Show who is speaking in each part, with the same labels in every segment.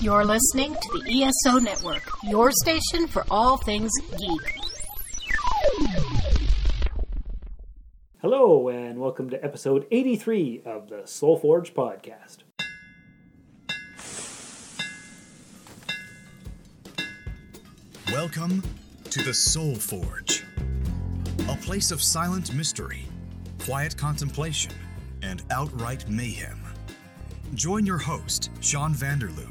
Speaker 1: You're listening to the ESO Network, your station for all things geek.
Speaker 2: Hello, and welcome to episode 83 of the Soul Forge podcast.
Speaker 3: Welcome to the Soul Forge, a place of silent mystery, quiet contemplation, and outright mayhem. Join your host, Sean Vanderloo,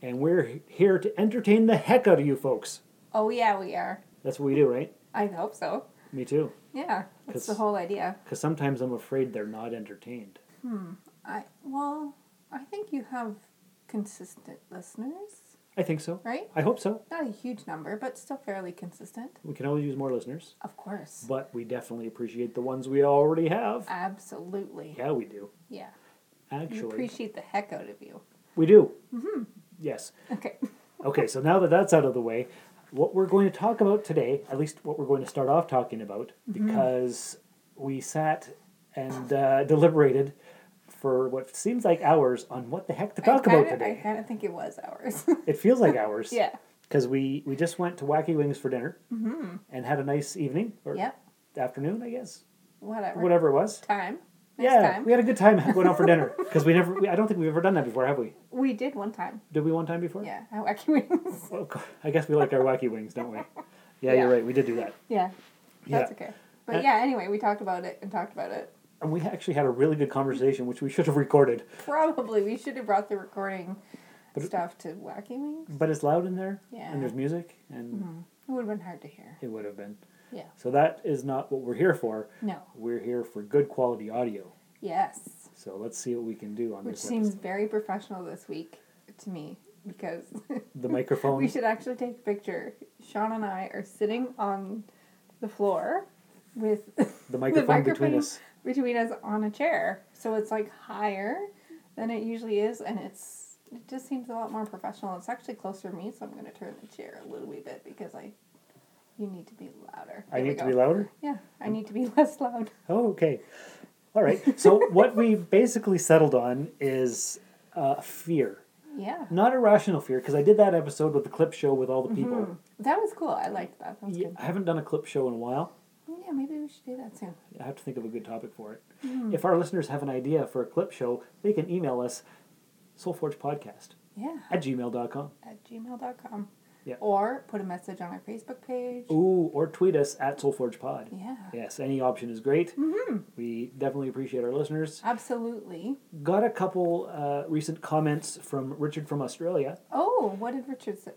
Speaker 2: and we're here to entertain the heck out of you folks.
Speaker 4: Oh, yeah, we are.
Speaker 2: That's what we do, right?
Speaker 4: I hope so.
Speaker 2: Me too.
Speaker 4: Yeah, that's the
Speaker 2: Cause-
Speaker 4: whole idea.
Speaker 2: Because sometimes I'm afraid they're not entertained.
Speaker 4: I Well, I think you have consistent listeners.
Speaker 2: I think so.
Speaker 4: Right?
Speaker 2: I hope so.
Speaker 4: Not a huge number, but still fairly consistent.
Speaker 2: We can always use more listeners,
Speaker 4: Of course.
Speaker 2: but we definitely appreciate the ones we already have.
Speaker 4: Absolutely.
Speaker 2: Yeah, we do.
Speaker 4: Yeah. We
Speaker 2: Actually,
Speaker 4: appreciate the heck out of you.
Speaker 2: we do. Mm-hmm. Yes.
Speaker 4: Okay.
Speaker 2: Okay, so now that that's out of the way, what we're going to talk about today, at least what we're going to start off talking about,
Speaker 4: Mm-hmm.
Speaker 2: because we sat and uh, deliberated for what seems like hours on what the heck to talk
Speaker 4: I kinda,
Speaker 2: about
Speaker 4: I
Speaker 2: today.
Speaker 4: kind of think it was ours.
Speaker 2: It feels like hours.
Speaker 4: yeah.
Speaker 2: Because we, we just went to Wacky Wings for dinner and had a nice evening or
Speaker 4: Mm-hmm. Yep.
Speaker 2: afternoon, I guess,
Speaker 4: Whatever.
Speaker 2: whatever it was.
Speaker 4: Time. Next
Speaker 2: yeah,
Speaker 4: time.
Speaker 2: we had a good time going out for dinner because we never. We, I don't think we've ever done that before, have we?
Speaker 4: We did one time.
Speaker 2: Did we one time before?
Speaker 4: Yeah. How wacky wings.
Speaker 2: Oh, God, I guess we like our wacky wings, don't we? Yeah,
Speaker 4: Yeah.
Speaker 2: you're right. We did do that.
Speaker 4: yeah. That's
Speaker 2: Yeah.
Speaker 4: okay. But
Speaker 2: Uh,
Speaker 4: yeah, anyway, we talked about it and talked about it.
Speaker 2: And we actually had a really good conversation, which we should have recorded.
Speaker 4: Probably we should have brought the recording stuff to Wacky Wings.
Speaker 2: But it's loud in there,
Speaker 4: Yeah. Mm-hmm.
Speaker 2: and there's music, and
Speaker 4: It would have been hard to hear.
Speaker 2: it would have been.
Speaker 4: Yeah.
Speaker 2: So that is not what we're here for.
Speaker 4: No.
Speaker 2: We're here for good quality audio.
Speaker 4: Yes.
Speaker 2: So let's see what we can do on
Speaker 4: Which
Speaker 2: this.
Speaker 4: seems
Speaker 2: episode.
Speaker 4: very professional this week to me because
Speaker 2: the microphone.
Speaker 4: we should actually take a picture. Sean and I are sitting on the floor with
Speaker 2: The microphone between us.
Speaker 4: between us on a chair. So it's like higher than it usually is and it's it just seems a lot more professional. It's actually closer to me, so I'm gonna turn the chair a little wee bit because I you need to be louder.
Speaker 2: I
Speaker 4: There we
Speaker 2: need to
Speaker 4: go.
Speaker 2: be louder.
Speaker 4: Yeah, I need to be less loud.
Speaker 2: Oh, okay. All right. So what we basically settled on is uh, fear,
Speaker 4: Yeah.
Speaker 2: not irrational fear, because I did that episode with the clip show with all the people.
Speaker 4: That was cool. I liked that. That was
Speaker 2: Yeah,
Speaker 4: Mm-hmm. good. Oh,
Speaker 2: I haven't done a clip show in a while.
Speaker 4: Yeah, maybe we should do that soon.
Speaker 2: I have to think of a good topic for it.
Speaker 4: Hmm.
Speaker 2: If our listeners have an idea for a clip show, they can email us soulforgepodcast
Speaker 4: Yeah.
Speaker 2: at gmail.com.
Speaker 4: At gmail.com.
Speaker 2: Yeah.
Speaker 4: Or put a message on our Facebook page.
Speaker 2: Ooh, or tweet us at soulforgepod.
Speaker 4: Yeah. Mm-hmm.
Speaker 2: Yes, any option is great. We definitely appreciate our listeners.
Speaker 4: Absolutely.
Speaker 2: Got a couple uh, recent comments from Richard from Australia.
Speaker 4: Oh, what did Richard say?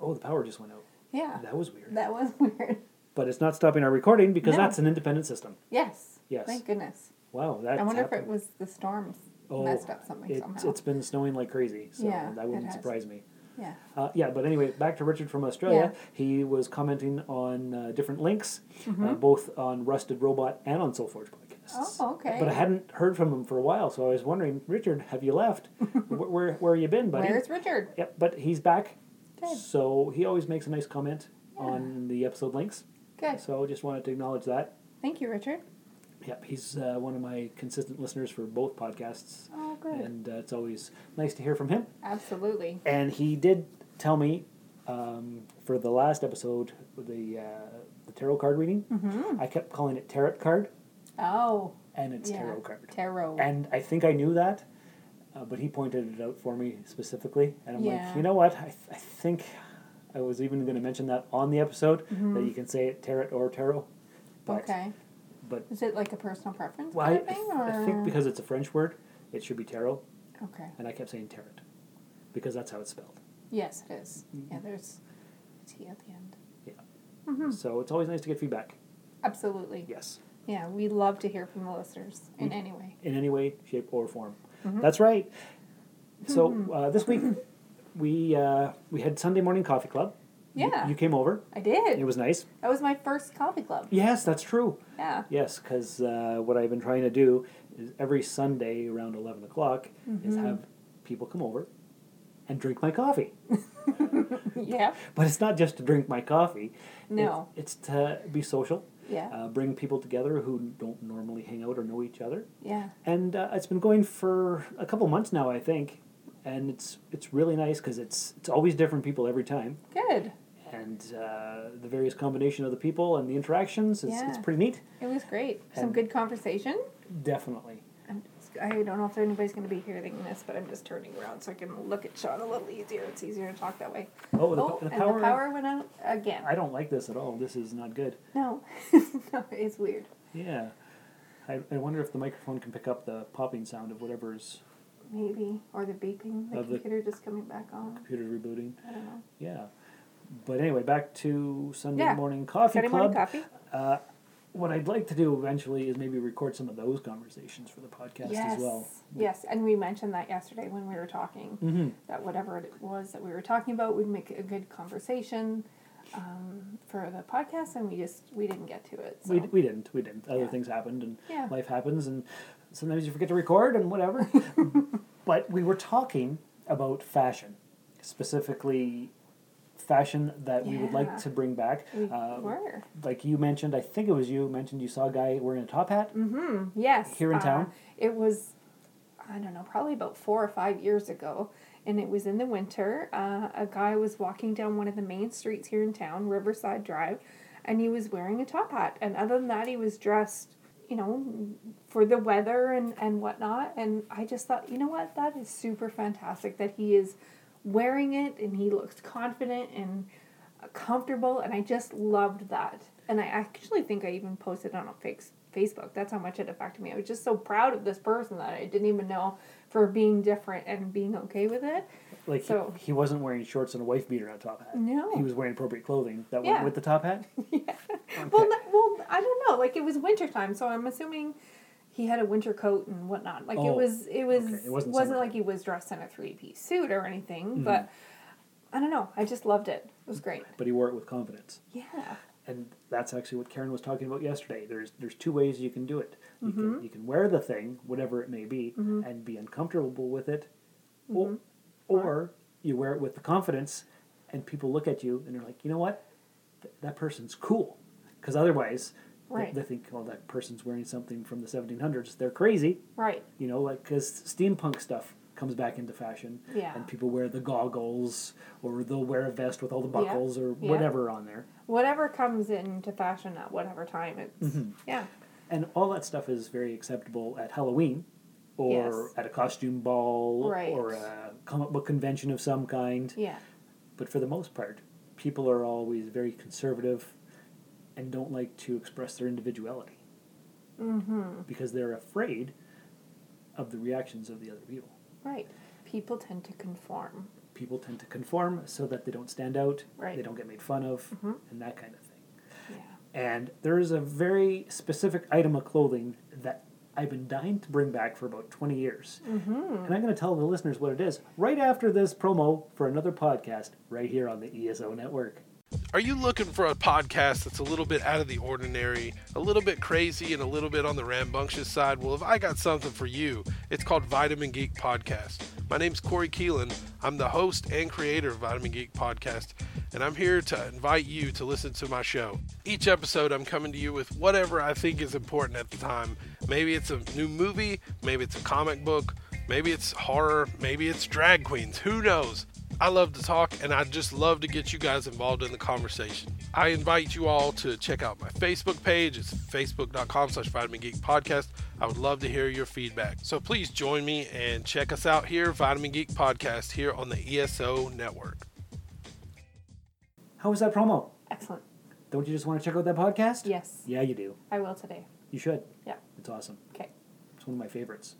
Speaker 2: Oh, the power just went out.
Speaker 4: Yeah.
Speaker 2: That was weird.
Speaker 4: That was weird.
Speaker 2: But it's not stopping our recording because
Speaker 4: No.
Speaker 2: that's an independent system.
Speaker 4: Yes.
Speaker 2: Yes.
Speaker 4: Thank goodness.
Speaker 2: Wow, that's
Speaker 4: I wonder if it
Speaker 2: happened.
Speaker 4: was the storms
Speaker 2: Oh,
Speaker 4: messed up something
Speaker 2: it-
Speaker 4: somehow.
Speaker 2: It's been snowing like crazy, so
Speaker 4: Yeah,
Speaker 2: that
Speaker 4: it
Speaker 2: wouldn't
Speaker 4: has.
Speaker 2: surprise me.
Speaker 4: yeah.
Speaker 2: Uh, yeah, but anyway, back to Richard from Australia.
Speaker 4: Yeah.
Speaker 2: He was commenting on uh, different links,
Speaker 4: Mm-hmm.
Speaker 2: uh, both on Rusted Robot and on Soulforge podcasts.
Speaker 4: Oh, okay.
Speaker 2: But I hadn't heard from him for a while, so I was wondering, Richard, have you left? where, where where you been, buddy?
Speaker 4: Where's Richard?
Speaker 2: Yep, but he's back.
Speaker 4: Good.
Speaker 2: So he always makes a nice comment on the episode links.
Speaker 4: Good.
Speaker 2: So just wanted to acknowledge that.
Speaker 4: Thank you, Richard.
Speaker 2: Yep, he's uh, one of my consistent listeners for both podcasts,
Speaker 4: Oh, good.
Speaker 2: and uh, it's always nice to hear from him.
Speaker 4: Absolutely.
Speaker 2: And he did tell me um, for the last episode, the uh, the tarot card reading. I kept calling it tarot card,
Speaker 4: Oh.
Speaker 2: and it's
Speaker 4: yeah.
Speaker 2: tarot card.
Speaker 4: Tarot.
Speaker 2: and I think I knew that, uh, but he pointed it out for me specifically, and I'm like,
Speaker 4: Yeah.
Speaker 2: you know what? I, I think I was even going to mention that on the episode that you can say it tarot or tarot. But,
Speaker 4: okay.
Speaker 2: But
Speaker 4: Is it like a personal preference
Speaker 2: well, I,
Speaker 4: kind
Speaker 2: I
Speaker 4: of thing?
Speaker 2: th-
Speaker 4: Or?
Speaker 2: I think because it's a French word, it should be tarot,
Speaker 4: Okay.
Speaker 2: and I kept saying tarot because that's how it's spelled.
Speaker 4: Yes, it is.
Speaker 2: Mm-hmm.
Speaker 4: Yeah, there's a T at the end.
Speaker 2: So it's always nice to get feedback.
Speaker 4: Absolutely.
Speaker 2: Yes.
Speaker 4: Yeah, we love to hear from the listeners in any way. Mm-hmm. Hmm.
Speaker 2: in any way, shape, or form. That's right. So uh, this week, we uh, we had Sunday morning coffee club. You-
Speaker 4: Yeah.
Speaker 2: You, came over.
Speaker 4: I did.
Speaker 2: It was nice.
Speaker 4: that was my first coffee club.
Speaker 2: Yes, that's true.
Speaker 4: Yeah.
Speaker 2: Yes, because uh, what I've been trying to do is every Sunday around 11 o'clock is
Speaker 4: Mm-hmm.
Speaker 2: have people come over and drink my coffee.
Speaker 4: Yeah.
Speaker 2: But it's not just to drink my coffee.
Speaker 4: No.
Speaker 2: It- it's to be social,
Speaker 4: Yeah.
Speaker 2: uh, bring people together who don't normally hang out or know each other.
Speaker 4: yeah.
Speaker 2: And uh, it's been going for a couple months now, I think. And it's it's really nice because it's it's always different people every time,
Speaker 4: Good.
Speaker 2: and uh, the various combination of the people and the interactions. It's, it's
Speaker 4: Yeah.
Speaker 2: pretty neat.
Speaker 4: It was great. Some
Speaker 2: And-
Speaker 4: good conversation.
Speaker 2: Definitely.
Speaker 4: I'm just, I don't know if anybody's going to be hearing this, but I'm just turning around so I can look at Sean a little easier. It's easier to talk that way.
Speaker 2: Oh, the- the
Speaker 4: and
Speaker 2: power-
Speaker 4: the power went out again.
Speaker 2: I don't like this at all. This is not good.
Speaker 4: No, no, it's weird.
Speaker 2: Yeah. I, I wonder if the microphone can pick up the popping sound of whatever's
Speaker 4: Maybe or the beeping, the
Speaker 2: Of the-
Speaker 4: computer just coming back on.
Speaker 2: computer rebooting.
Speaker 4: I don't know.
Speaker 2: Yeah. But anyway, back to Sunday
Speaker 4: Yeah.
Speaker 2: morning coffee
Speaker 4: Sunday
Speaker 2: club.
Speaker 4: morning coffee.
Speaker 2: What I'd like to do eventually is maybe record some of those conversations for the podcast
Speaker 4: Yes.
Speaker 2: as well. Mm-hmm.
Speaker 4: Yes, and we mentioned that yesterday when we were talking that whatever it was that we were talking about, we'd make a good conversation um, for the podcast, and we just we didn't get to it. So.
Speaker 2: We, we didn't. We didn't. Other
Speaker 4: Yeah.
Speaker 2: things happened and
Speaker 4: Yeah.
Speaker 2: life happens and sometimes you forget to record and whatever. but we were talking about fashion, specifically fashion that we would like
Speaker 4: Yeah.
Speaker 2: to bring back.
Speaker 4: We
Speaker 2: Uh,
Speaker 4: were.
Speaker 2: like you mentioned, I think it was you mentioned you saw a guy wearing a top hat.
Speaker 4: Mm. Yes.
Speaker 2: Here in
Speaker 4: uh,
Speaker 2: town?
Speaker 4: It was, I don't know, probably about four or five years ago. And it was in the winter. Uh, a guy was walking down one of the main streets here in town, Riverside Drive, and he was wearing a top hat. And other than that, he was dressed, you know, for the weather and, and whatnot. And I just thought, you know what? That is super fantastic that he is wearing it and he looks confident and comfortable and I just loved that. And I actually think I even posted it on Fakes- Facebook. That's how much it affected me. I was just so proud of this person that I didn't even know for being different and being okay with it.
Speaker 2: Like he-
Speaker 4: So-
Speaker 2: he, wasn't wearing shorts and a wife beater and a top hat.
Speaker 4: No.
Speaker 2: He was wearing appropriate clothing that went
Speaker 4: Yeah.
Speaker 2: with the top hat.
Speaker 4: Well, that, well, I don't know. Like it was wintertime, so I'm assuming he had a winter coat and whatnot. Like
Speaker 2: Oh,
Speaker 4: it was, it was,
Speaker 2: okay. It wasn't
Speaker 4: it wasn't,
Speaker 2: summertime. Mm-hmm.
Speaker 4: like he was dressed in a three piece suit or anything. But I don't know. I just loved it. It was great.
Speaker 2: But he wore it with confidence.
Speaker 4: Yeah.
Speaker 2: And that's actually what Karen was talking about yesterday. There's there's two ways you can do it. You can
Speaker 4: Mm-hmm.
Speaker 2: you can wear the thing, whatever it may be, and be uncomfortable with it.
Speaker 4: Mm-hmm.
Speaker 2: Or, or you wear it with the confidence and people look at you and they're like, you know what? Th- that person's cool. Because otherwise they-
Speaker 4: Right.
Speaker 2: they, think, oh, that person's wearing something from the 1700s. They're crazy.
Speaker 4: Right.
Speaker 2: you know, like because steampunk stuff comes back into fashion,
Speaker 4: Yeah.
Speaker 2: and people wear the goggles or they'll wear a vest with all the
Speaker 4: Yeah.
Speaker 2: buckles or
Speaker 4: Yeah.
Speaker 2: whatever on there,
Speaker 4: Whatever comes into fashion at whatever time, it's
Speaker 2: Mm-hmm.
Speaker 4: yeah.
Speaker 2: and all that stuff is very acceptable at Halloween, or
Speaker 4: Yes.
Speaker 2: at a costume ball,
Speaker 4: Right.
Speaker 2: or a comic book convention of some kind.
Speaker 4: Yeah.
Speaker 2: But for the most part, people are always very conservative, and don't like to express their individuality mm-hmm. because they're afraid of the reactions of the other people.
Speaker 4: Right. People tend to conform.
Speaker 2: people tend to conform so that they don't stand out,
Speaker 4: Right. Mm-hmm.
Speaker 2: they don't get made fun of, and that kind of thing.
Speaker 4: Yeah.
Speaker 2: And there is a very specific item of clothing that I've been dying to bring back for about 20 years.
Speaker 4: Mm-hmm.
Speaker 2: And I'm going to tell the listeners what it is right after this promo for another podcast right here on the ESO network.
Speaker 5: Are you looking for a podcast that's a little bit out of the ordinary, a little bit crazy, and a little bit on the rambunctious side? Well, if I got something for you, it's called Vitamin Geek Podcast. My name's Corey Keelan. I'm the host and creator of Vitamin Geek Podcast, and I'm here to invite you to listen to my show. Each episode, I'm coming to you with whatever I think is important at the time. Maybe it's a new movie, maybe it's a comic book, maybe it's horror, maybe it's drag queens, who knows? I love to talk and I just love to get you guys involved in the conversation. I invite you all to check out my Facebook page. It's facebook.com slash vitamin geek podcast. I would love to hear your feedback. So please join me and check us out here, Vitamin Geek Podcast, here on the ESO network.
Speaker 2: How was that promo?
Speaker 4: Excellent.
Speaker 2: Don't you just want to check out that podcast?
Speaker 4: Yes.
Speaker 2: Yeah, you do.
Speaker 4: I will today.
Speaker 2: You should.
Speaker 4: Yeah.
Speaker 2: It's awesome.
Speaker 4: Okay.
Speaker 2: It's one of my favorites.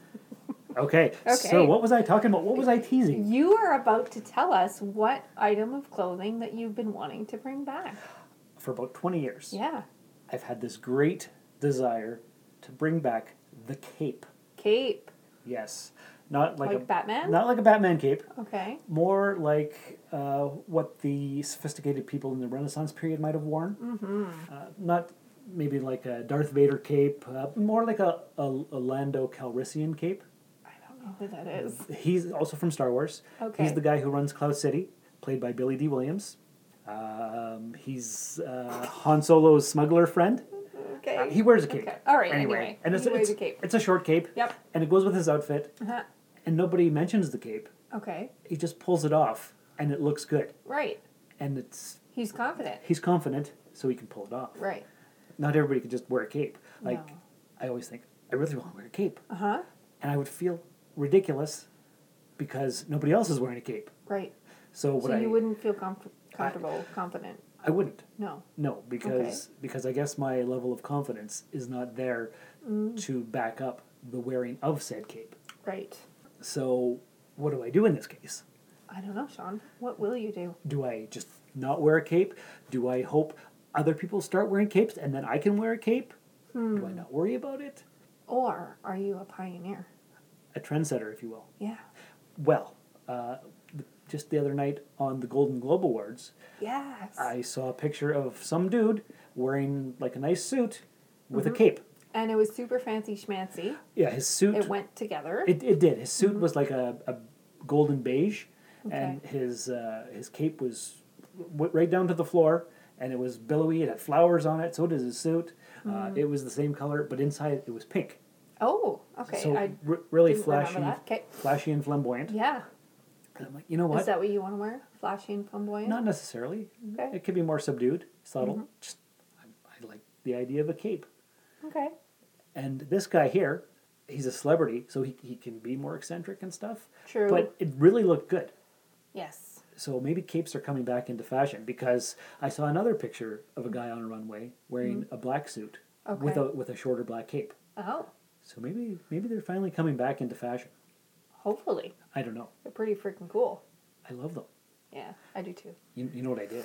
Speaker 2: okay. So,
Speaker 4: Okay.
Speaker 2: what was I talking about? What was I teasing?
Speaker 4: You are about to tell us what item of clothing that you've been wanting to bring back.
Speaker 2: For about 20 years.
Speaker 4: Yeah.
Speaker 2: I've had this great desire to bring back the cape.
Speaker 4: Cape.
Speaker 2: Yes. Not like,
Speaker 4: Like
Speaker 2: a
Speaker 4: Batman?
Speaker 2: Not like a Batman cape.
Speaker 4: Okay.
Speaker 2: More like uh, what the sophisticated people in the Renaissance period might have worn. Mm-hmm. Uh, not maybe like a Darth Vader cape. Uh, more like a, a, a Lando Calrissian cape.
Speaker 4: I don't know who that is.
Speaker 2: He's also from Star Wars.
Speaker 4: Okay.
Speaker 2: He's the guy who runs Cloud City, played by Billy D. Williams. Um, he's uh, Han Solo's smuggler friend.
Speaker 4: Okay.
Speaker 2: He wears a cape.
Speaker 4: Okay. All right. Anyway,
Speaker 2: and it's,
Speaker 4: he wears
Speaker 2: it's,
Speaker 4: a cape.
Speaker 2: it's a short cape.
Speaker 4: Yep.
Speaker 2: And it goes with his outfit,
Speaker 4: Uh-huh.
Speaker 2: and nobody mentions the cape.
Speaker 4: Okay.
Speaker 2: He just pulls it off, and it looks good.
Speaker 4: Right.
Speaker 2: And it's
Speaker 4: He's confident.
Speaker 2: he's confident, so he can pull it off.
Speaker 4: Right.
Speaker 2: Not everybody could just wear a cape. Like
Speaker 4: No.
Speaker 2: I always think, I really want to wear a cape,
Speaker 4: Uh huh.
Speaker 2: and I would feel ridiculous because nobody else is wearing a cape.
Speaker 4: Right.
Speaker 2: So, what
Speaker 4: so
Speaker 2: I
Speaker 4: you wouldn't feel comf- comfortable, confident.
Speaker 2: I wouldn't.
Speaker 4: No.
Speaker 2: No, because because I guess my level of confidence is not there
Speaker 4: Mm.
Speaker 2: to back up the wearing of said cape.
Speaker 4: Right.
Speaker 2: So what do I do in this case?
Speaker 4: I don't know, Sean. What will you do?
Speaker 2: Do I just not wear a cape? Do I hope other people start wearing capes and then I can wear a cape? Do I not worry about it?
Speaker 4: Or are you a pioneer?
Speaker 2: A trendsetter, if you will.
Speaker 4: Yeah.
Speaker 2: Well, uh, th- just the other night on the Golden Globe Awards,
Speaker 4: Yes.
Speaker 2: I saw a picture of some dude wearing like a nice suit with a cape.
Speaker 4: and it was super fancy schmancy.
Speaker 2: Yeah, his suit
Speaker 4: It went together.
Speaker 2: It, it did. His suit was like a, a golden beige, and
Speaker 4: Mm-hmm. Okay.
Speaker 2: his uh, his cape was went right down to the floor, and it was billowy. It had flowers on it. So did his suit. Uh,
Speaker 4: Mm-hmm.
Speaker 2: it was the same color, but inside it was pink.
Speaker 4: oh, okay.
Speaker 2: so
Speaker 4: I,
Speaker 2: r- really
Speaker 4: didn't remember
Speaker 2: flashy,
Speaker 4: that. 'Kay.
Speaker 2: flashy and flamboyant.
Speaker 4: yeah.
Speaker 2: And I'm like, you know
Speaker 4: Is
Speaker 2: what?
Speaker 4: that what you want to wear? Flashy and flamboyant?
Speaker 2: Not necessarily.
Speaker 4: Okay. Mm-hmm.
Speaker 2: It could be more subdued, subtle. Just I, I like the idea of a cape.
Speaker 4: Okay.
Speaker 2: And this guy here, he's a celebrity, so he, he can be more eccentric and stuff.
Speaker 4: True.
Speaker 2: But it really looked good.
Speaker 4: Yes.
Speaker 2: So maybe capes are coming back into fashion because I saw another picture of a guy on a runway wearing a black suit with
Speaker 4: Mm-hmm. Okay.
Speaker 2: a with a shorter black cape.
Speaker 4: Oh,
Speaker 2: So maybe maybe they're finally coming back into fashion.
Speaker 4: hopefully.
Speaker 2: I don't know.
Speaker 4: They're pretty freaking cool.
Speaker 2: I love them.
Speaker 4: Yeah, I do too.
Speaker 2: You, you know what I did?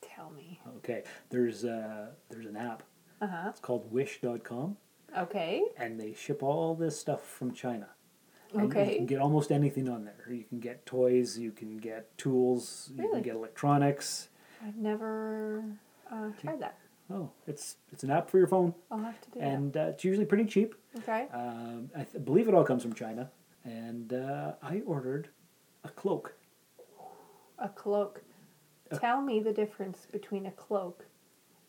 Speaker 4: Tell me.
Speaker 2: Okay. There's uh there's an app.
Speaker 4: Uh huh.
Speaker 2: It's called wish.com
Speaker 4: Okay.
Speaker 2: and they ship all this stuff from China. And You
Speaker 4: Okay.
Speaker 2: can get almost anything on there. You can get toys, you can get tools, you
Speaker 4: Really?
Speaker 2: can get electronics.
Speaker 4: I've never uh, tried that.
Speaker 2: Oh, it's it's an app for your phone.
Speaker 4: I'll have to do
Speaker 2: And uh, it's usually pretty cheap.
Speaker 4: that. Okay.
Speaker 2: Um, I th- believe it all comes from China, and uh, I ordered a cloak.
Speaker 4: a cloak. Tell me the difference between a cloak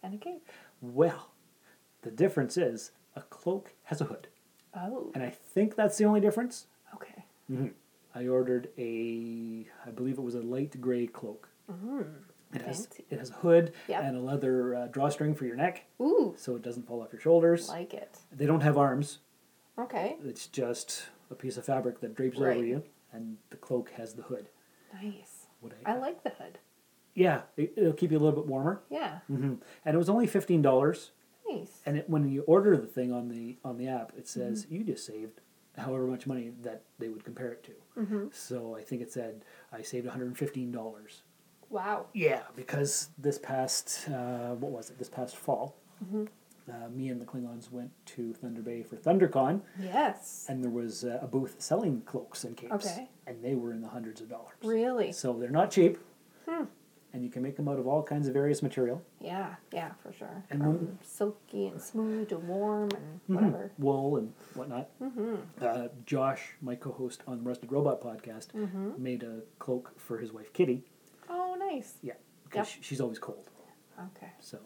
Speaker 4: and a cape.
Speaker 2: Well, the difference is a cloak has a hood,
Speaker 4: Oh.
Speaker 2: and I think that's the only difference.
Speaker 4: Okay.
Speaker 2: I ordered a, I believe it was a light gray cloak. It has
Speaker 4: fancy.
Speaker 2: it has a hood
Speaker 4: Mm, Yep.
Speaker 2: and a leather uh, drawstring for your neck,
Speaker 4: Ooh.
Speaker 2: so it doesn't fall off your shoulders.
Speaker 4: Like it.
Speaker 2: They don't have arms.
Speaker 4: Okay.
Speaker 2: It's just a piece of fabric that drapes over
Speaker 4: Right.
Speaker 2: you, and the cloak has the hood.
Speaker 4: Nice.
Speaker 2: Would
Speaker 4: I like the hood.
Speaker 2: Yeah, it, it'll keep you a little bit warmer.
Speaker 4: Yeah.
Speaker 2: hmm And it was only fifteen dollars.
Speaker 4: Nice.
Speaker 2: And it, when you order the thing on the on the app, it says you just saved however much money that they would compare it to. So I think it said I saved one hundred and fifteen dollars.
Speaker 4: Wow.
Speaker 2: Yeah, because this past uh, what was it? This past fall, uh, me and the Klingons went to Thunder Bay for ThunderCon,
Speaker 4: Yes.
Speaker 2: and there was uh, a booth selling cloaks and capes,
Speaker 4: Okay.
Speaker 2: and they were in the hundreds of dollars.
Speaker 4: Really?
Speaker 2: So they're not cheap. And you can make them out of all kinds of various material.
Speaker 4: Yeah. Yeah, for sure.
Speaker 2: And
Speaker 4: From
Speaker 2: one-
Speaker 4: silky and smooth and warm and whatever.
Speaker 2: wool and whatnot.
Speaker 4: Mm-hmm.
Speaker 2: Uh, Josh, my co-host on the Rusted Robot podcast,
Speaker 4: Mm-hmm.
Speaker 2: made a cloak for his wife Kitty.
Speaker 4: Oh, nice.
Speaker 2: Yeah, because
Speaker 4: Yep.
Speaker 2: she's always cold,
Speaker 4: Okay.
Speaker 2: so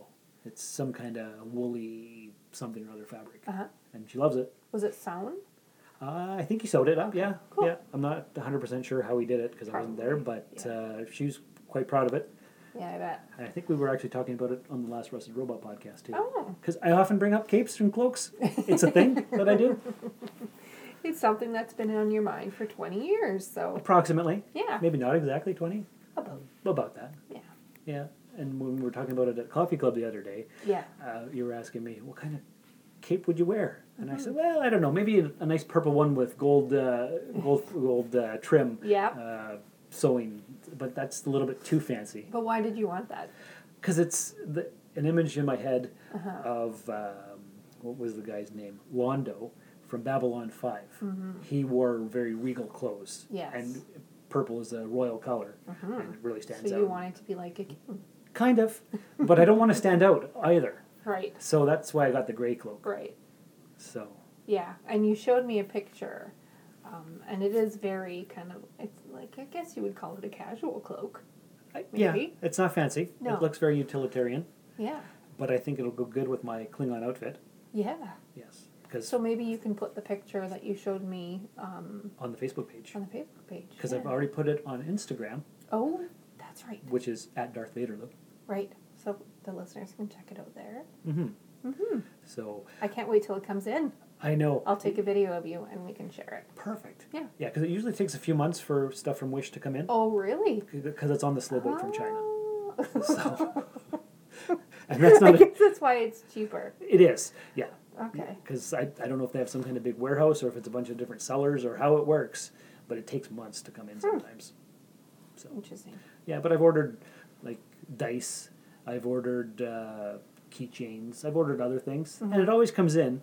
Speaker 2: it's some kind of woolly something or other fabric,
Speaker 4: Uh-huh.
Speaker 2: and she loves it.
Speaker 4: Was it sewn?
Speaker 2: Uh, I think he sewed it up. Yeah,
Speaker 4: Cool.
Speaker 2: yeah. I'm not 100 percent sure how he did it because I wasn't there,
Speaker 4: Probably,
Speaker 2: but uh, she's quite proud of it.
Speaker 4: Yeah, I bet.
Speaker 2: And I think we were actually talking about it on the last Rusted Robot podcast too.
Speaker 4: Oh.
Speaker 2: Because I often bring up capes and cloaks. It's a thing that I do.
Speaker 4: It's something that's been on your mind for 20 years, so
Speaker 2: Approximately.
Speaker 4: Yeah.
Speaker 2: Maybe not exactly 20.
Speaker 4: about
Speaker 2: About that.
Speaker 4: yeah.
Speaker 2: Yeah. And when we were talking about it at coffee club the other day,
Speaker 4: Yeah.
Speaker 2: uh, you were asking me, what kind of cape would you wear? And
Speaker 4: Mm-hmm.
Speaker 2: I said, well, I don't know. Maybe a, a nice purple one with gold uh, gold, gold uh, trim
Speaker 4: Yeah.
Speaker 2: uh, sewing. But that's a little bit too fancy.
Speaker 4: But why did you want that?
Speaker 2: Because it's the,
Speaker 4: Uh-huh.
Speaker 2: an image in my head of, um, what was the guy's name? Londo from Babylon 5. He wore very regal clothes.
Speaker 4: Mm-hmm. Yes. Uh-huh.
Speaker 2: And purple is a royal color. And it really
Speaker 4: So
Speaker 2: stands
Speaker 4: you
Speaker 2: out.
Speaker 4: wanted to be like a king.
Speaker 2: kind of. but I don't want to stand out either.
Speaker 4: Right.
Speaker 2: So that's why I got the gray cloak.
Speaker 4: Right.
Speaker 2: So
Speaker 4: Yeah. And you showed me a picture. Um, and it is very kind of, it's like, I guess you would call it a casual cloak.
Speaker 2: yeah,
Speaker 4: Uh, Maybe.
Speaker 2: it's not fancy.
Speaker 4: No.
Speaker 2: It looks very utilitarian,
Speaker 4: Yeah.
Speaker 2: but I think it'll go good with my Klingon outfit.
Speaker 4: Yeah.
Speaker 2: Yes, because
Speaker 4: So maybe you can put the picture that you showed me um,
Speaker 2: on the Facebook page,
Speaker 4: on the Facebook page.
Speaker 2: because I've
Speaker 4: Yeah.
Speaker 2: already put it on Instagram,
Speaker 4: Oh, that's right.
Speaker 2: which is at Darth Vader Luke.
Speaker 4: Right. So the listeners can check it out there.
Speaker 2: Mm-hmm. So
Speaker 4: I can't wait till it comes in.
Speaker 2: I know.
Speaker 4: Mm-hmm. I'll take a video of you and we can share it.
Speaker 2: Perfect.
Speaker 4: Yeah.
Speaker 2: Yeah, because it usually takes a few months for stuff from Wish to come in,
Speaker 4: Oh, really?
Speaker 2: because it's on the slow boat from China.
Speaker 4: Oh.
Speaker 2: So, and that's
Speaker 4: I
Speaker 2: not. A,
Speaker 4: guess that's why it's cheaper.
Speaker 2: it is. Yeah.
Speaker 4: Okay.
Speaker 2: Because I, I don't know if they have some kind of big warehouse or if it's a bunch of different sellers or how it works, but it takes months to
Speaker 4: Hmm.
Speaker 2: come in sometimes. So
Speaker 4: Interesting.
Speaker 2: yeah, but I've ordered like dice, I've ordered uh, keychains, I've ordered other things, and
Speaker 4: Mm-hmm.
Speaker 2: it always comes in.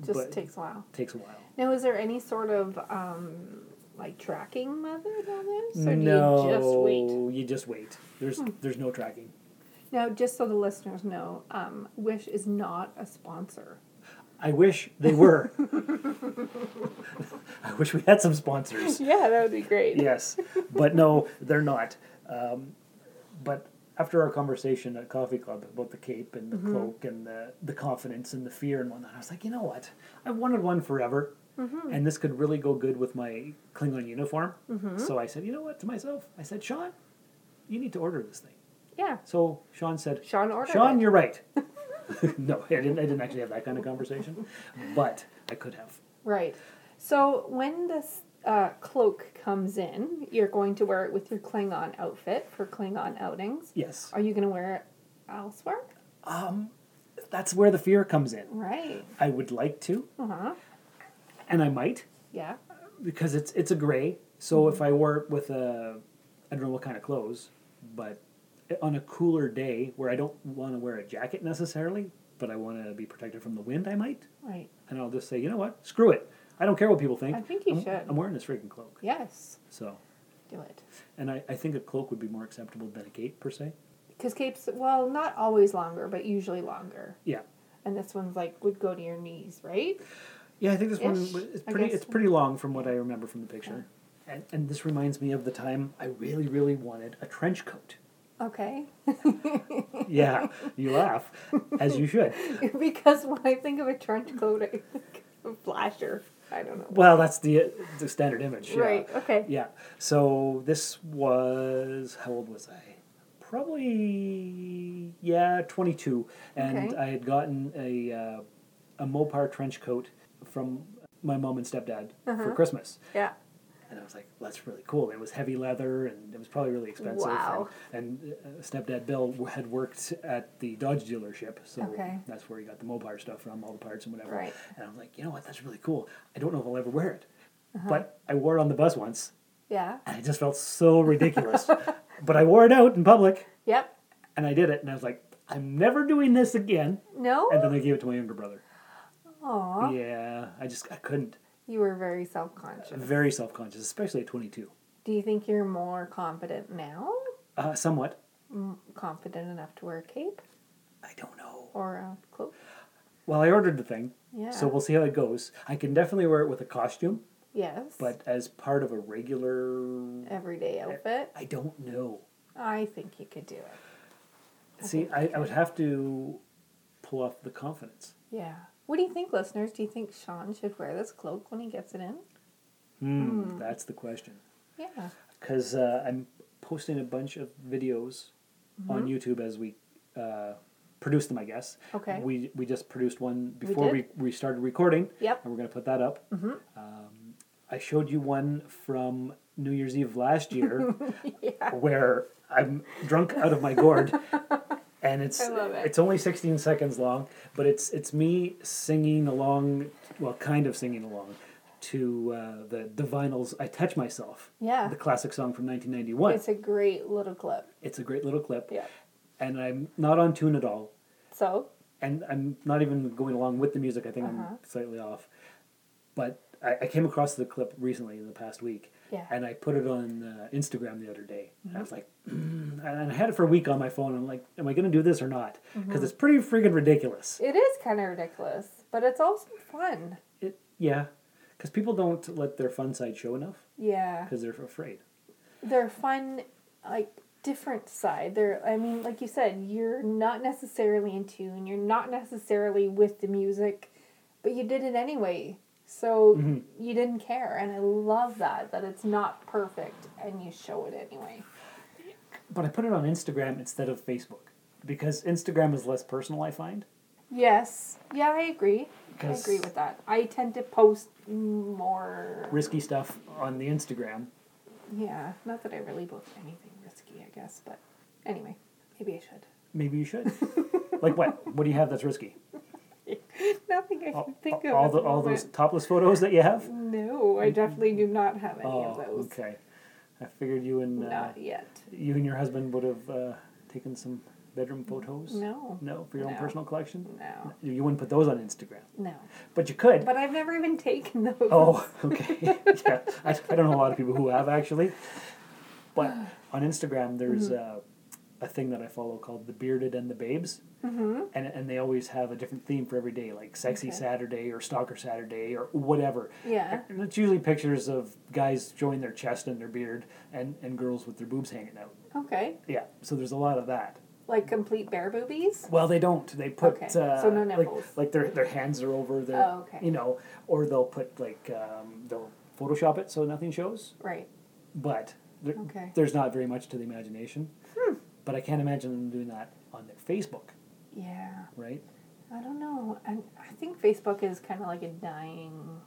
Speaker 4: Just
Speaker 2: but
Speaker 4: takes a while.
Speaker 2: takes a while.
Speaker 4: Now, is there any sort of um, like tracking method on this, or
Speaker 2: no,
Speaker 4: do you just wait? Hmm.
Speaker 2: you just wait. There's there's no tracking.
Speaker 4: Now, just so the listeners know, um, Wish is not a sponsor.
Speaker 2: I wish they were. I wish we had some sponsors.
Speaker 4: Yeah, that would be great.
Speaker 2: yes, but no, they're not. Um, but after our conversation at coffee club about the cape and the
Speaker 4: Mm-hmm.
Speaker 2: cloak and the, the confidence and the fear and whatnot, I was like, you know what? I've wanted one forever,
Speaker 4: Mm-hmm.
Speaker 2: and this could really go good with my Klingon uniform.
Speaker 4: Mm-hmm.
Speaker 2: So I said, you know what? To myself, I said, Sean, you need to order this thing.
Speaker 4: Yeah.
Speaker 2: So Sean said,
Speaker 4: Sean ordered
Speaker 2: Sean,
Speaker 4: it.
Speaker 2: you're right. no, I didn't. I didn't actually have that kind of conversation, but I could have.
Speaker 4: Right. So when this uh, cloak comes in, you're going to wear it with your Klingon outfit for Klingon outings.
Speaker 2: Yes,
Speaker 4: Are you going to wear it elsewhere?
Speaker 2: that's where the fear comes in.
Speaker 4: Right.
Speaker 2: I would like to,
Speaker 4: Uh huh.
Speaker 2: and I might
Speaker 4: Yeah.
Speaker 2: because it's it's a gray. So if I wore it with a, I don't know what kind of clothes, but on a cooler day where I don't want to wear a jacket necessarily, but I want to be protected from the wind, I might.
Speaker 4: Right.
Speaker 2: And I'll just say, you know what? Screw it. I don't care what people think.
Speaker 4: I think you
Speaker 2: I'm-
Speaker 4: should.
Speaker 2: I'm wearing this freaking cloak.
Speaker 4: Yes.
Speaker 2: So,
Speaker 4: Do it.
Speaker 2: and I, I think a cloak would be more acceptable than a cape per se.
Speaker 4: Because capes, well, not always longer, but usually longer.
Speaker 2: Yeah.
Speaker 4: And this one's like would go to your knees, right?
Speaker 2: Yeah, I think this one
Speaker 4: Ish,
Speaker 2: is
Speaker 4: I
Speaker 2: pretty.
Speaker 4: guess.
Speaker 2: It's pretty long from what I remember from the picture, and and this reminds me of the time I really, really wanted a trench coat.
Speaker 4: Okay.
Speaker 2: Yeah, you laugh, as you should.
Speaker 4: because when I think of a trench coat, I think of flasher. I don't know.
Speaker 2: Well, that's the uh, the standard image. yeah.
Speaker 4: Right. Okay.
Speaker 2: Yeah. So this was how old was I? Probably yeah, twenty two, and
Speaker 4: Okay.
Speaker 2: I had gotten a uh, a Mopar trench coat from my mom and stepdad
Speaker 4: Uh-huh.
Speaker 2: for Christmas.
Speaker 4: Yeah.
Speaker 2: And I was like, that's really cool. It was heavy leather and it was probably really expensive.
Speaker 4: Wow.
Speaker 2: And, and uh, stepdad Bill w- had worked at the Dodge dealership. So
Speaker 4: Okay.
Speaker 2: that's where he got the Mopar stuff from, all the parts and whatever.
Speaker 4: Right.
Speaker 2: And I was like, you know what? That's really cool. I don't know if I'll ever wear it.
Speaker 4: Uh-huh.
Speaker 2: But I wore it on the bus once
Speaker 4: Yeah.
Speaker 2: and I just felt so ridiculous. but I wore it out in public
Speaker 4: Yep.
Speaker 2: and I did it. And I was like, I'm never doing this again.
Speaker 4: No.
Speaker 2: And then I gave it to my younger brother.
Speaker 4: Aw.
Speaker 2: Yeah, I just I couldn't.
Speaker 4: You were very self conscious.
Speaker 2: Very self conscious, especially at 22.
Speaker 4: Do you think you're more confident now?
Speaker 2: Uh, somewhat.
Speaker 4: Confident enough to wear a cape
Speaker 2: I don't know.
Speaker 4: or a cloak?
Speaker 2: Well, I ordered the thing,
Speaker 4: Yeah.
Speaker 2: so we'll see how it goes. I can definitely wear it with a costume,
Speaker 4: Yes.
Speaker 2: but as part of a regular,
Speaker 4: everyday outfit.
Speaker 2: I don't know.
Speaker 4: I think you could do it.
Speaker 2: See, I, I would have to pull off the confidence.
Speaker 4: Yeah. What do you think, listeners? Do you think Sean should wear this cloak when he gets it in?
Speaker 2: Hmm, That's the question.
Speaker 4: Yeah.
Speaker 2: Because uh, I'm posting a bunch of videos
Speaker 4: Mm-hmm.
Speaker 2: on YouTube as we uh, produce them, I guess.
Speaker 4: Okay.
Speaker 2: We we just produced one before we,
Speaker 4: did?
Speaker 2: we, started recording.
Speaker 4: Yep. Mm-hmm.
Speaker 2: And we're gonna put that up. Um, I showed you one from New Year's Eve last year, where I'm drunk out of my gourd, and it's
Speaker 4: I love it.
Speaker 2: it's only 16 seconds long, but it's it's me singing along, well, kind of singing along. To uh, the the vinyls, I touch myself.
Speaker 4: Yeah.
Speaker 2: The classic song from 1991.
Speaker 4: It's a great little clip.
Speaker 2: It's a great little clip.
Speaker 4: Yeah.
Speaker 2: And I'm not on tune at all.
Speaker 4: So, Uh-huh.
Speaker 2: And I'm not even going along with the music. I think I'm slightly off. But I, I came across the clip recently in the past week,
Speaker 4: Yeah. Mm-hmm.
Speaker 2: and I put it on uh, Instagram the other day. And I was like, mm, and I had it for a week on my phone. I'm like, am I going to do this or not? Because it's pretty freaking ridiculous.
Speaker 4: Mm-hmm. It is kind of ridiculous, but it's also fun.
Speaker 2: It, yeah, because people don't let their fun side show enough
Speaker 4: Yeah.
Speaker 2: because they're afraid.
Speaker 4: their fun like different side they're i mean like you said you're not necessarily in tune you're not necessarily with the music but you did it anyway so you didn't care and i love that that it's not perfect and you show it anyway
Speaker 2: But I put it on Instagram instead of Facebook because Instagram is less personal. I find.
Speaker 4: yes yeah i agree i
Speaker 2: 'Cause-
Speaker 4: agree with that i tend to post more
Speaker 2: risky stuff on the Instagram.
Speaker 4: yeah not that i really post anything risky i guess but anyway maybe i should
Speaker 2: Maybe you should. like what? What do you have that's risky?
Speaker 4: nothing i can
Speaker 2: All,
Speaker 4: think of
Speaker 2: all,
Speaker 4: at
Speaker 2: the,
Speaker 4: the
Speaker 2: all
Speaker 4: moment.
Speaker 2: those topless photos that you have?
Speaker 4: No, I definitely do not have any of
Speaker 2: Oh,
Speaker 4: those.
Speaker 2: okay. I figured you and uh,
Speaker 4: Not yet.
Speaker 2: you and your husband would have uh, taken some bedroom photos.
Speaker 4: No.
Speaker 2: No, for your own
Speaker 4: No.
Speaker 2: personal collection.
Speaker 4: No.
Speaker 2: You wouldn't put those on Instagram,
Speaker 4: No.
Speaker 2: but you could.
Speaker 4: But I've never even taken those.
Speaker 2: Oh, okay. yeah, I, I don't know a lot of people who have actually, but on Instagram there's
Speaker 4: Mm-hmm.
Speaker 2: uh, a thing that I follow called the Bearded and the Babes, mm-hmm. and and they always have a different theme for every day, like Sexy
Speaker 4: Okay.
Speaker 2: Saturday or Stalker Saturday or whatever.
Speaker 4: Yeah.
Speaker 2: And it's usually pictures of guys showing their chest and their beard, and and girls with their boobs hanging out.
Speaker 4: Okay.
Speaker 2: Yeah, so there's a lot of that.
Speaker 4: Like complete bare boobies?
Speaker 2: Well, they don't. They put
Speaker 4: Okay,
Speaker 2: uh,
Speaker 4: so no nipples.
Speaker 2: like, like their their hands are over their
Speaker 4: Oh, okay.
Speaker 2: you know, or they'll put like um, they'll Photoshop it so nothing shows.
Speaker 4: Right.
Speaker 2: But there,
Speaker 4: Okay. Hmm.
Speaker 2: there's not very much to the imagination. But I can't imagine them doing that on their Facebook,
Speaker 4: Yeah.
Speaker 2: right?
Speaker 4: I don't know. I, I think Facebook is kind of like a dying.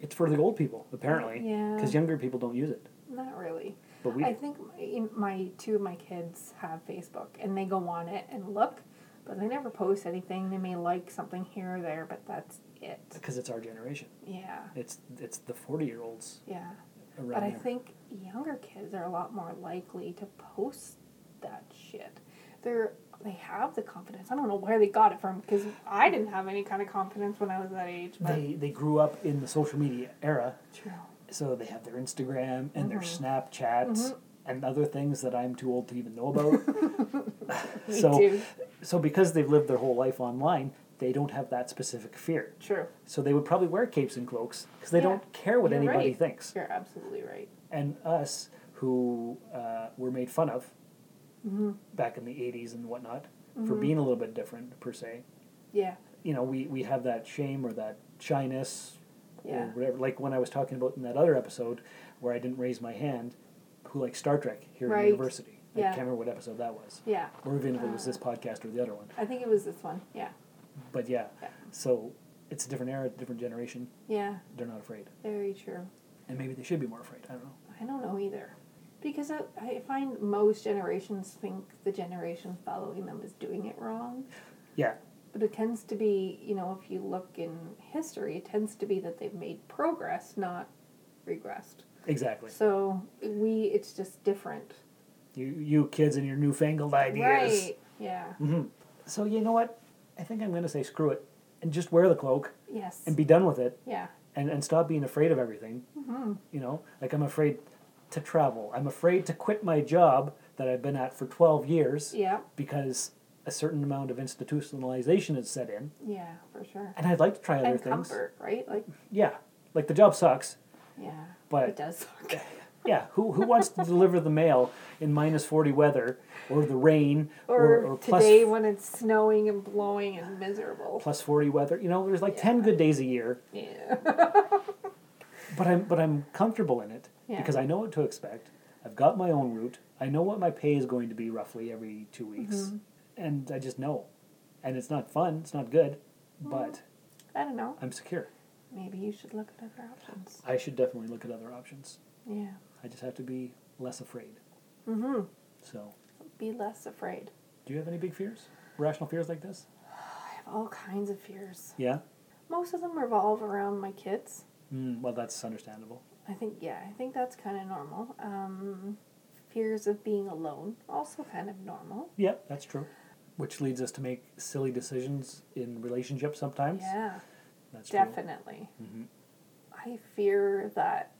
Speaker 2: It's for the old people apparently,
Speaker 4: Yeah.
Speaker 2: because younger people don't use it.
Speaker 4: Not really.
Speaker 2: But we
Speaker 4: I think my, my two of my kids have Facebook and they go on it and look, but they never post anything. They may like something here or there, but that's it.
Speaker 2: because it's our generation.
Speaker 4: Yeah.
Speaker 2: It's it's the forty year olds
Speaker 4: Yeah.
Speaker 2: around
Speaker 4: But I
Speaker 2: there.
Speaker 4: think younger kids are a lot more likely to post that shit. They're they have the confidence. I don't know where they got it from because I didn't have any kind of confidence when I was that age. But
Speaker 2: they they grew up in the social media era,
Speaker 4: true.
Speaker 2: so they have their Instagram and their
Speaker 4: Mm-hmm.
Speaker 2: Snapchats and other things that I'm too old to even know about.
Speaker 4: Me
Speaker 2: so
Speaker 4: too.
Speaker 2: so because they've lived their whole life online, they don't have that specific fear.
Speaker 4: True.
Speaker 2: So they would probably wear capes and cloaks because they
Speaker 4: Yeah.
Speaker 2: don't care what
Speaker 4: You're
Speaker 2: anybody
Speaker 4: right.
Speaker 2: thinks.
Speaker 4: You're absolutely right.
Speaker 2: And us, who uh, were made fun of
Speaker 4: Mm-hmm.
Speaker 2: back in the '80s and whatnot for being a little bit different per se,
Speaker 4: Yeah.
Speaker 2: you know, we we have that shame or that shyness
Speaker 4: Yeah.
Speaker 2: or whatever. Like when I was talking about in that other episode where I didn't raise my hand, who like Star Trek here
Speaker 4: Right.
Speaker 2: in university. I
Speaker 4: Yeah.
Speaker 2: can't remember what episode that was.
Speaker 4: Yeah. Uh.
Speaker 2: Or even if it was this podcast or the other one.
Speaker 4: I think it was this one. Yeah.
Speaker 2: But yeah,
Speaker 4: Yeah.
Speaker 2: so it's a different era, different generation.
Speaker 4: Yeah.
Speaker 2: They're not afraid.
Speaker 4: Very true.
Speaker 2: And maybe they should be more afraid. I don't know.
Speaker 4: I don't know either. Because I, I find most generations think the generation following them is doing it wrong.
Speaker 2: Yeah.
Speaker 4: But it tends to be, you know, if you look in history, it tends to be that they've made progress, not regressed.
Speaker 2: Exactly.
Speaker 4: So we, it's just different.
Speaker 2: You you kids and your newfangled ideas.
Speaker 4: Right. Yeah.
Speaker 2: So you know what? I think I'm gonna say screw it. And just wear the cloak
Speaker 4: Yes.
Speaker 2: and be done with it.
Speaker 4: yeah.
Speaker 2: and, and stop being afraid of everything.
Speaker 4: Mm-hmm.
Speaker 2: You know, like I'm afraid to travel. I'm afraid to quit my job that I've been at for 12 years
Speaker 4: Yeah.
Speaker 2: because a certain amount of institutionalization is set in.
Speaker 4: Yeah, for sure.
Speaker 2: And I'd like to try other
Speaker 4: And
Speaker 2: things.
Speaker 4: comfort, right? Like,
Speaker 2: Yeah. Like the job sucks.
Speaker 4: yeah.
Speaker 2: But-
Speaker 4: it does suck.
Speaker 2: Yeah. Who, who wants to deliver the mail in minus 40 weather or the rain
Speaker 4: Or,
Speaker 2: plus,
Speaker 4: today when it's snowing and blowing and miserable.
Speaker 2: plus 40 weather? You know, there's like 10 good days a year,
Speaker 4: Yeah.
Speaker 2: but I'm, but I'm comfortable in it
Speaker 4: Yeah.
Speaker 2: because I know what to expect. I've got my own route. I know what my pay is going to be roughly every two weeks,
Speaker 4: Mm-hmm.
Speaker 2: and I just know. And it's not fun. It's not good,
Speaker 4: Mm-hmm.
Speaker 2: but
Speaker 4: I don't know.
Speaker 2: I'm secure.
Speaker 4: Maybe you should look at other options.
Speaker 2: I should definitely look at other options.
Speaker 4: Yeah.
Speaker 2: I just have to be less afraid. Mm-hmm. So,
Speaker 4: Be less afraid.
Speaker 2: do you have any big fears? Rational fears like this?
Speaker 4: I have all kinds of fears.
Speaker 2: Yeah.
Speaker 4: Most of them revolve around my kids.
Speaker 2: Mm, well, that's understandable.
Speaker 4: I think yeah, I think that's kind of normal. Um, fears of being alone also kind of normal.
Speaker 2: Yeah, that's true. Which leads us to make silly decisions in relationships sometimes.
Speaker 4: Yeah,
Speaker 2: that's true.
Speaker 4: definitely. I fear that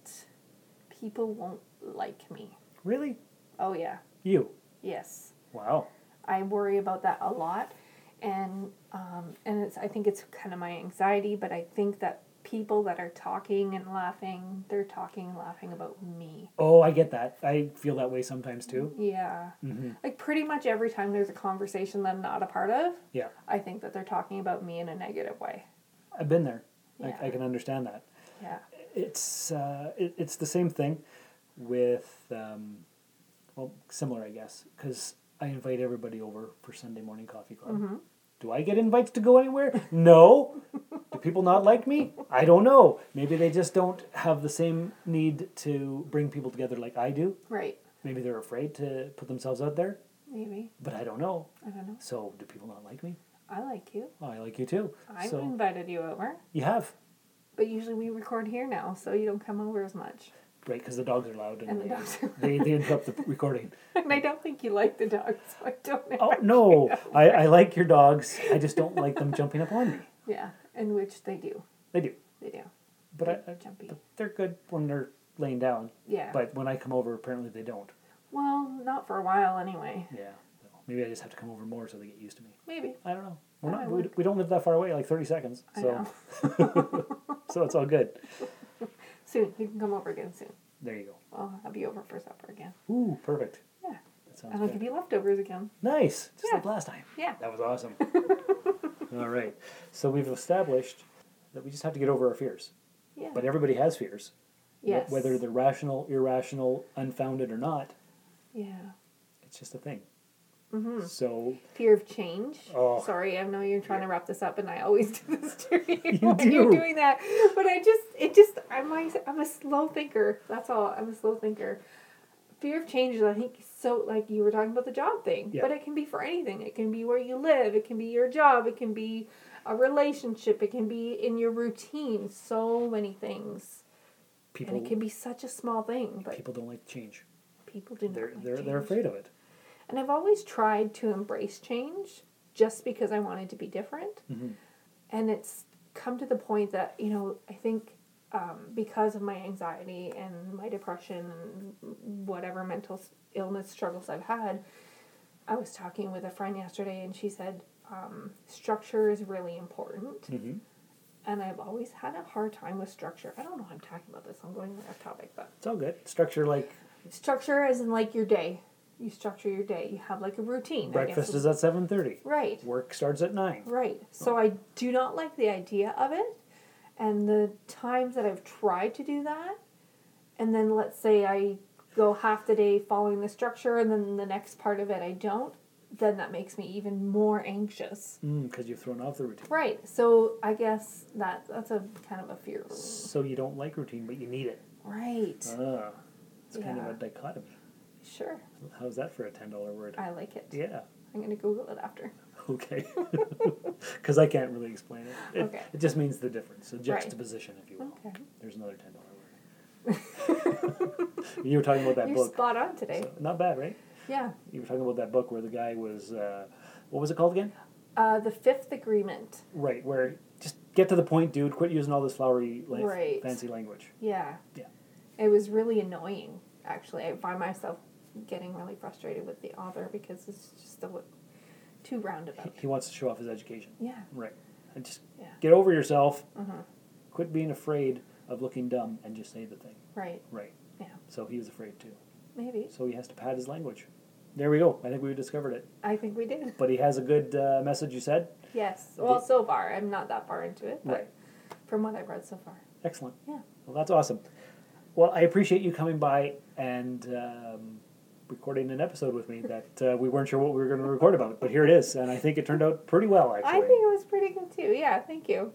Speaker 4: people won't like me.
Speaker 2: Really?
Speaker 4: Oh, yeah.
Speaker 2: You?
Speaker 4: Yes.
Speaker 2: Wow.
Speaker 4: I worry about that a lot, and um, and it's I think it's kind of my anxiety, but I think that people that are talking and laughing, they're talking and laughing about me.
Speaker 2: Oh, I get that. I feel that way sometimes
Speaker 4: Mm-hmm.
Speaker 2: too.
Speaker 4: Yeah,
Speaker 2: Mm-hmm.
Speaker 4: like pretty much every time there's a conversation that I'm not a part of,
Speaker 2: Yeah,
Speaker 4: I think that they're talking about me in a negative way.
Speaker 2: I've been there.
Speaker 4: Yeah.
Speaker 2: I, I can understand that.
Speaker 4: Yeah,
Speaker 2: It's uh, it, it's the same thing with um, well, similar, I guess, because I invite everybody over for Sunday morning coffee club.
Speaker 4: Mm-hmm.
Speaker 2: Do I get invites to go anywhere? No. Do people not like me? I don't know. Maybe they just don't have the same need to bring people together like I do.
Speaker 4: right.
Speaker 2: Maybe they're afraid to put themselves out there,
Speaker 4: Maybe
Speaker 2: but I don't know.
Speaker 4: I don't know.
Speaker 2: So, do people not like me?
Speaker 4: I like you.
Speaker 2: Oh, I like you too.
Speaker 4: I've
Speaker 2: so
Speaker 4: invited you over,
Speaker 2: you have
Speaker 4: but usually we record here now, so you don't come over as much.
Speaker 2: right because the dogs are loud and,
Speaker 4: And the
Speaker 2: they,
Speaker 4: dogs are
Speaker 2: they they interrupt the recording.
Speaker 4: And I don't think you like the dog, so I don't know.
Speaker 2: Oh no, I, I like your dogs. I just don't like them jumping up on me.
Speaker 4: Yeah, in which they do.
Speaker 2: They do,
Speaker 4: They do.
Speaker 2: but I, I
Speaker 4: Jumpy.
Speaker 2: but they're good when they're laying down.
Speaker 4: Yeah.
Speaker 2: But when I come over, apparently they don't.
Speaker 4: Well, not for a while anyway.
Speaker 2: Yeah. So Maybe I just have to come over more so they get used to me.
Speaker 4: Maybe.
Speaker 2: I don't know. We're
Speaker 4: Yeah, I
Speaker 2: not, we,
Speaker 4: would.
Speaker 2: we don't live that far away, like 30 seconds.
Speaker 4: I
Speaker 2: So,
Speaker 4: know.
Speaker 2: so it's all good.
Speaker 4: Soon. You can come over again soon.
Speaker 2: There you
Speaker 4: I'll have you over for supper again.
Speaker 2: go. Ooh, perfect.
Speaker 4: Yeah.
Speaker 2: That sounds
Speaker 4: And I'll
Speaker 2: good.
Speaker 4: give you leftovers again.
Speaker 2: Nice, just
Speaker 4: e- Yeah.
Speaker 2: like last time.
Speaker 4: Yeah.
Speaker 2: That was awesome. All right. So we've established that we just have to get over our fears.
Speaker 4: Yeah.
Speaker 2: But everybody has fears, wh-
Speaker 4: yes.
Speaker 2: whether they're rational, irrational, unfounded, or not.
Speaker 4: Yeah.
Speaker 2: It's just a thing.
Speaker 4: Mm-hmm.
Speaker 2: So
Speaker 4: Fear of change.
Speaker 2: Oh.
Speaker 4: Sorry, I know you're trying to wrap this up, and I always do this to you, when
Speaker 2: do.
Speaker 4: you're doing that. But I just, it just, I'm a, I'm a slow thinker. That's all. I'm a slow thinker. Fear of change is, I think, so like you were talking about the job thing,
Speaker 2: Yeah.
Speaker 4: but it can be for anything. It can be where you live. It can be your job. It can be a relationship. It can be in your routine. So many things,
Speaker 2: people
Speaker 4: and it can be such a small thing, but
Speaker 2: people
Speaker 4: people,
Speaker 2: don't like change.
Speaker 4: do not.
Speaker 2: They're
Speaker 4: like
Speaker 2: they're
Speaker 4: change.
Speaker 2: they're afraid of it.
Speaker 4: And I've always tried to embrace change just because I wanted to be different. And it's come to the point that, you know, I think um, because of my anxiety and my depression and whatever mental s- illness struggles I've had, I was talking with a friend yesterday and she said, um, structure is really important. And I've always had a hard time with structure. I don't know why I'm talking about this. I'm going off topic, but
Speaker 2: It's all good. Structure like
Speaker 4: structure as in like your day. You structure your day. You have like a routine. I guess.
Speaker 2: breakfast is at seven thirty.
Speaker 4: right.
Speaker 2: Work starts at nine.
Speaker 4: Right. So I do not like the idea of it. And the times that I've tried to do that, and then let's say I go half the day following the structure, and then the next part of it I don't, then that makes me even more anxious.
Speaker 2: Because Hmm, you've thrown off the routine.
Speaker 4: Right. So I guess that that's a kind of a fear.
Speaker 2: So you don't like routine, but you need it.
Speaker 4: Right.
Speaker 2: Ah, it's kind of
Speaker 4: Yeah.
Speaker 2: a dichotomy.
Speaker 4: Sure.
Speaker 2: How's that for a ten dollar word?
Speaker 4: I like it.
Speaker 2: Yeah.
Speaker 4: I'm gonna Google it after.
Speaker 2: Okay. Because I can't really explain it. It,
Speaker 4: Okay.
Speaker 2: it just means the difference, the
Speaker 4: Right.
Speaker 2: juxtaposition, if you will.
Speaker 4: Okay.
Speaker 2: There's another ten dollar word. you were talking about that
Speaker 4: You're
Speaker 2: book.
Speaker 4: spot on today.
Speaker 2: So, not bad, right?
Speaker 4: Yeah.
Speaker 2: You were talking about that book where the guy was, uh, what was it called again?
Speaker 4: Uh, the fifth agreement.
Speaker 2: Right, where just get to the point, dude. Quit using all this flowery, like,
Speaker 4: Right.
Speaker 2: fancy language.
Speaker 4: Yeah.
Speaker 2: Yeah.
Speaker 4: It was really annoying, actually. I find myself getting really frustrated with the author because it's just the w- too roundabout.
Speaker 2: He wants to show off his education.
Speaker 4: Yeah.
Speaker 2: Right. And just
Speaker 4: Yeah. Mm-hmm.
Speaker 2: get over yourself. Quit being afraid of looking dumb and just say the thing.
Speaker 4: Right.
Speaker 2: Right.
Speaker 4: Yeah.
Speaker 2: So he was afraid too.
Speaker 4: Maybe.
Speaker 2: So he has to pad his language. There we go. I think we discovered it.
Speaker 4: I think we did.
Speaker 2: But he has a good uh, message, you said?
Speaker 4: Yes. Well, so far. I'm not that far into it, but
Speaker 2: Right.
Speaker 4: from what I've read so far.
Speaker 2: Excellent.
Speaker 4: Yeah.
Speaker 2: Well, that's awesome. Well, I appreciate you coming by and um, recording an episode with me that uh, we weren't sure what we were going to record about, but here it is. And I think it turned out pretty well, actually.
Speaker 4: I think it was pretty good too. Yeah. Thank you.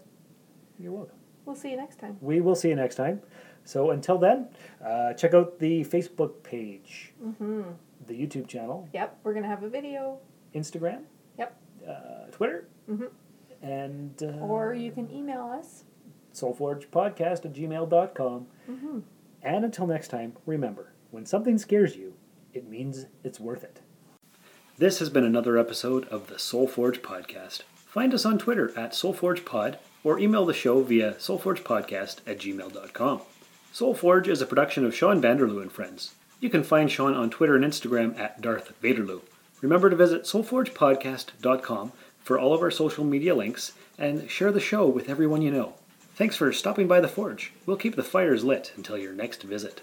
Speaker 2: You're welcome.
Speaker 4: We'll see you next time.
Speaker 2: We will see you next time. So until then, uh, check out the Facebook page,
Speaker 4: Mm-hmm.
Speaker 2: the YouTube channel,
Speaker 4: Yep. We're going to have a video.
Speaker 2: Instagram,
Speaker 4: Yep. Mm-hmm.
Speaker 2: uh, Twitter, and uh,
Speaker 4: Or you can email us.
Speaker 2: soulforgepodcast at gmail.com. And until next time, remember when something scares you, it means it's worth it. This has been another episode of the Soul Forge Podcast. Find us on Twitter at SoulForgePod or email the show via soulforgepodcast at gmail.com. Soulforge is a production of Sean Vanderloo and Friends. You can find Sean on Twitter and Instagram at Darth Vaderloo. Remember to visit soulforgepodcast.com for all of our social media links and share the show with everyone you know. Thanks for stopping by the forge. We'll keep the fires lit until your next visit.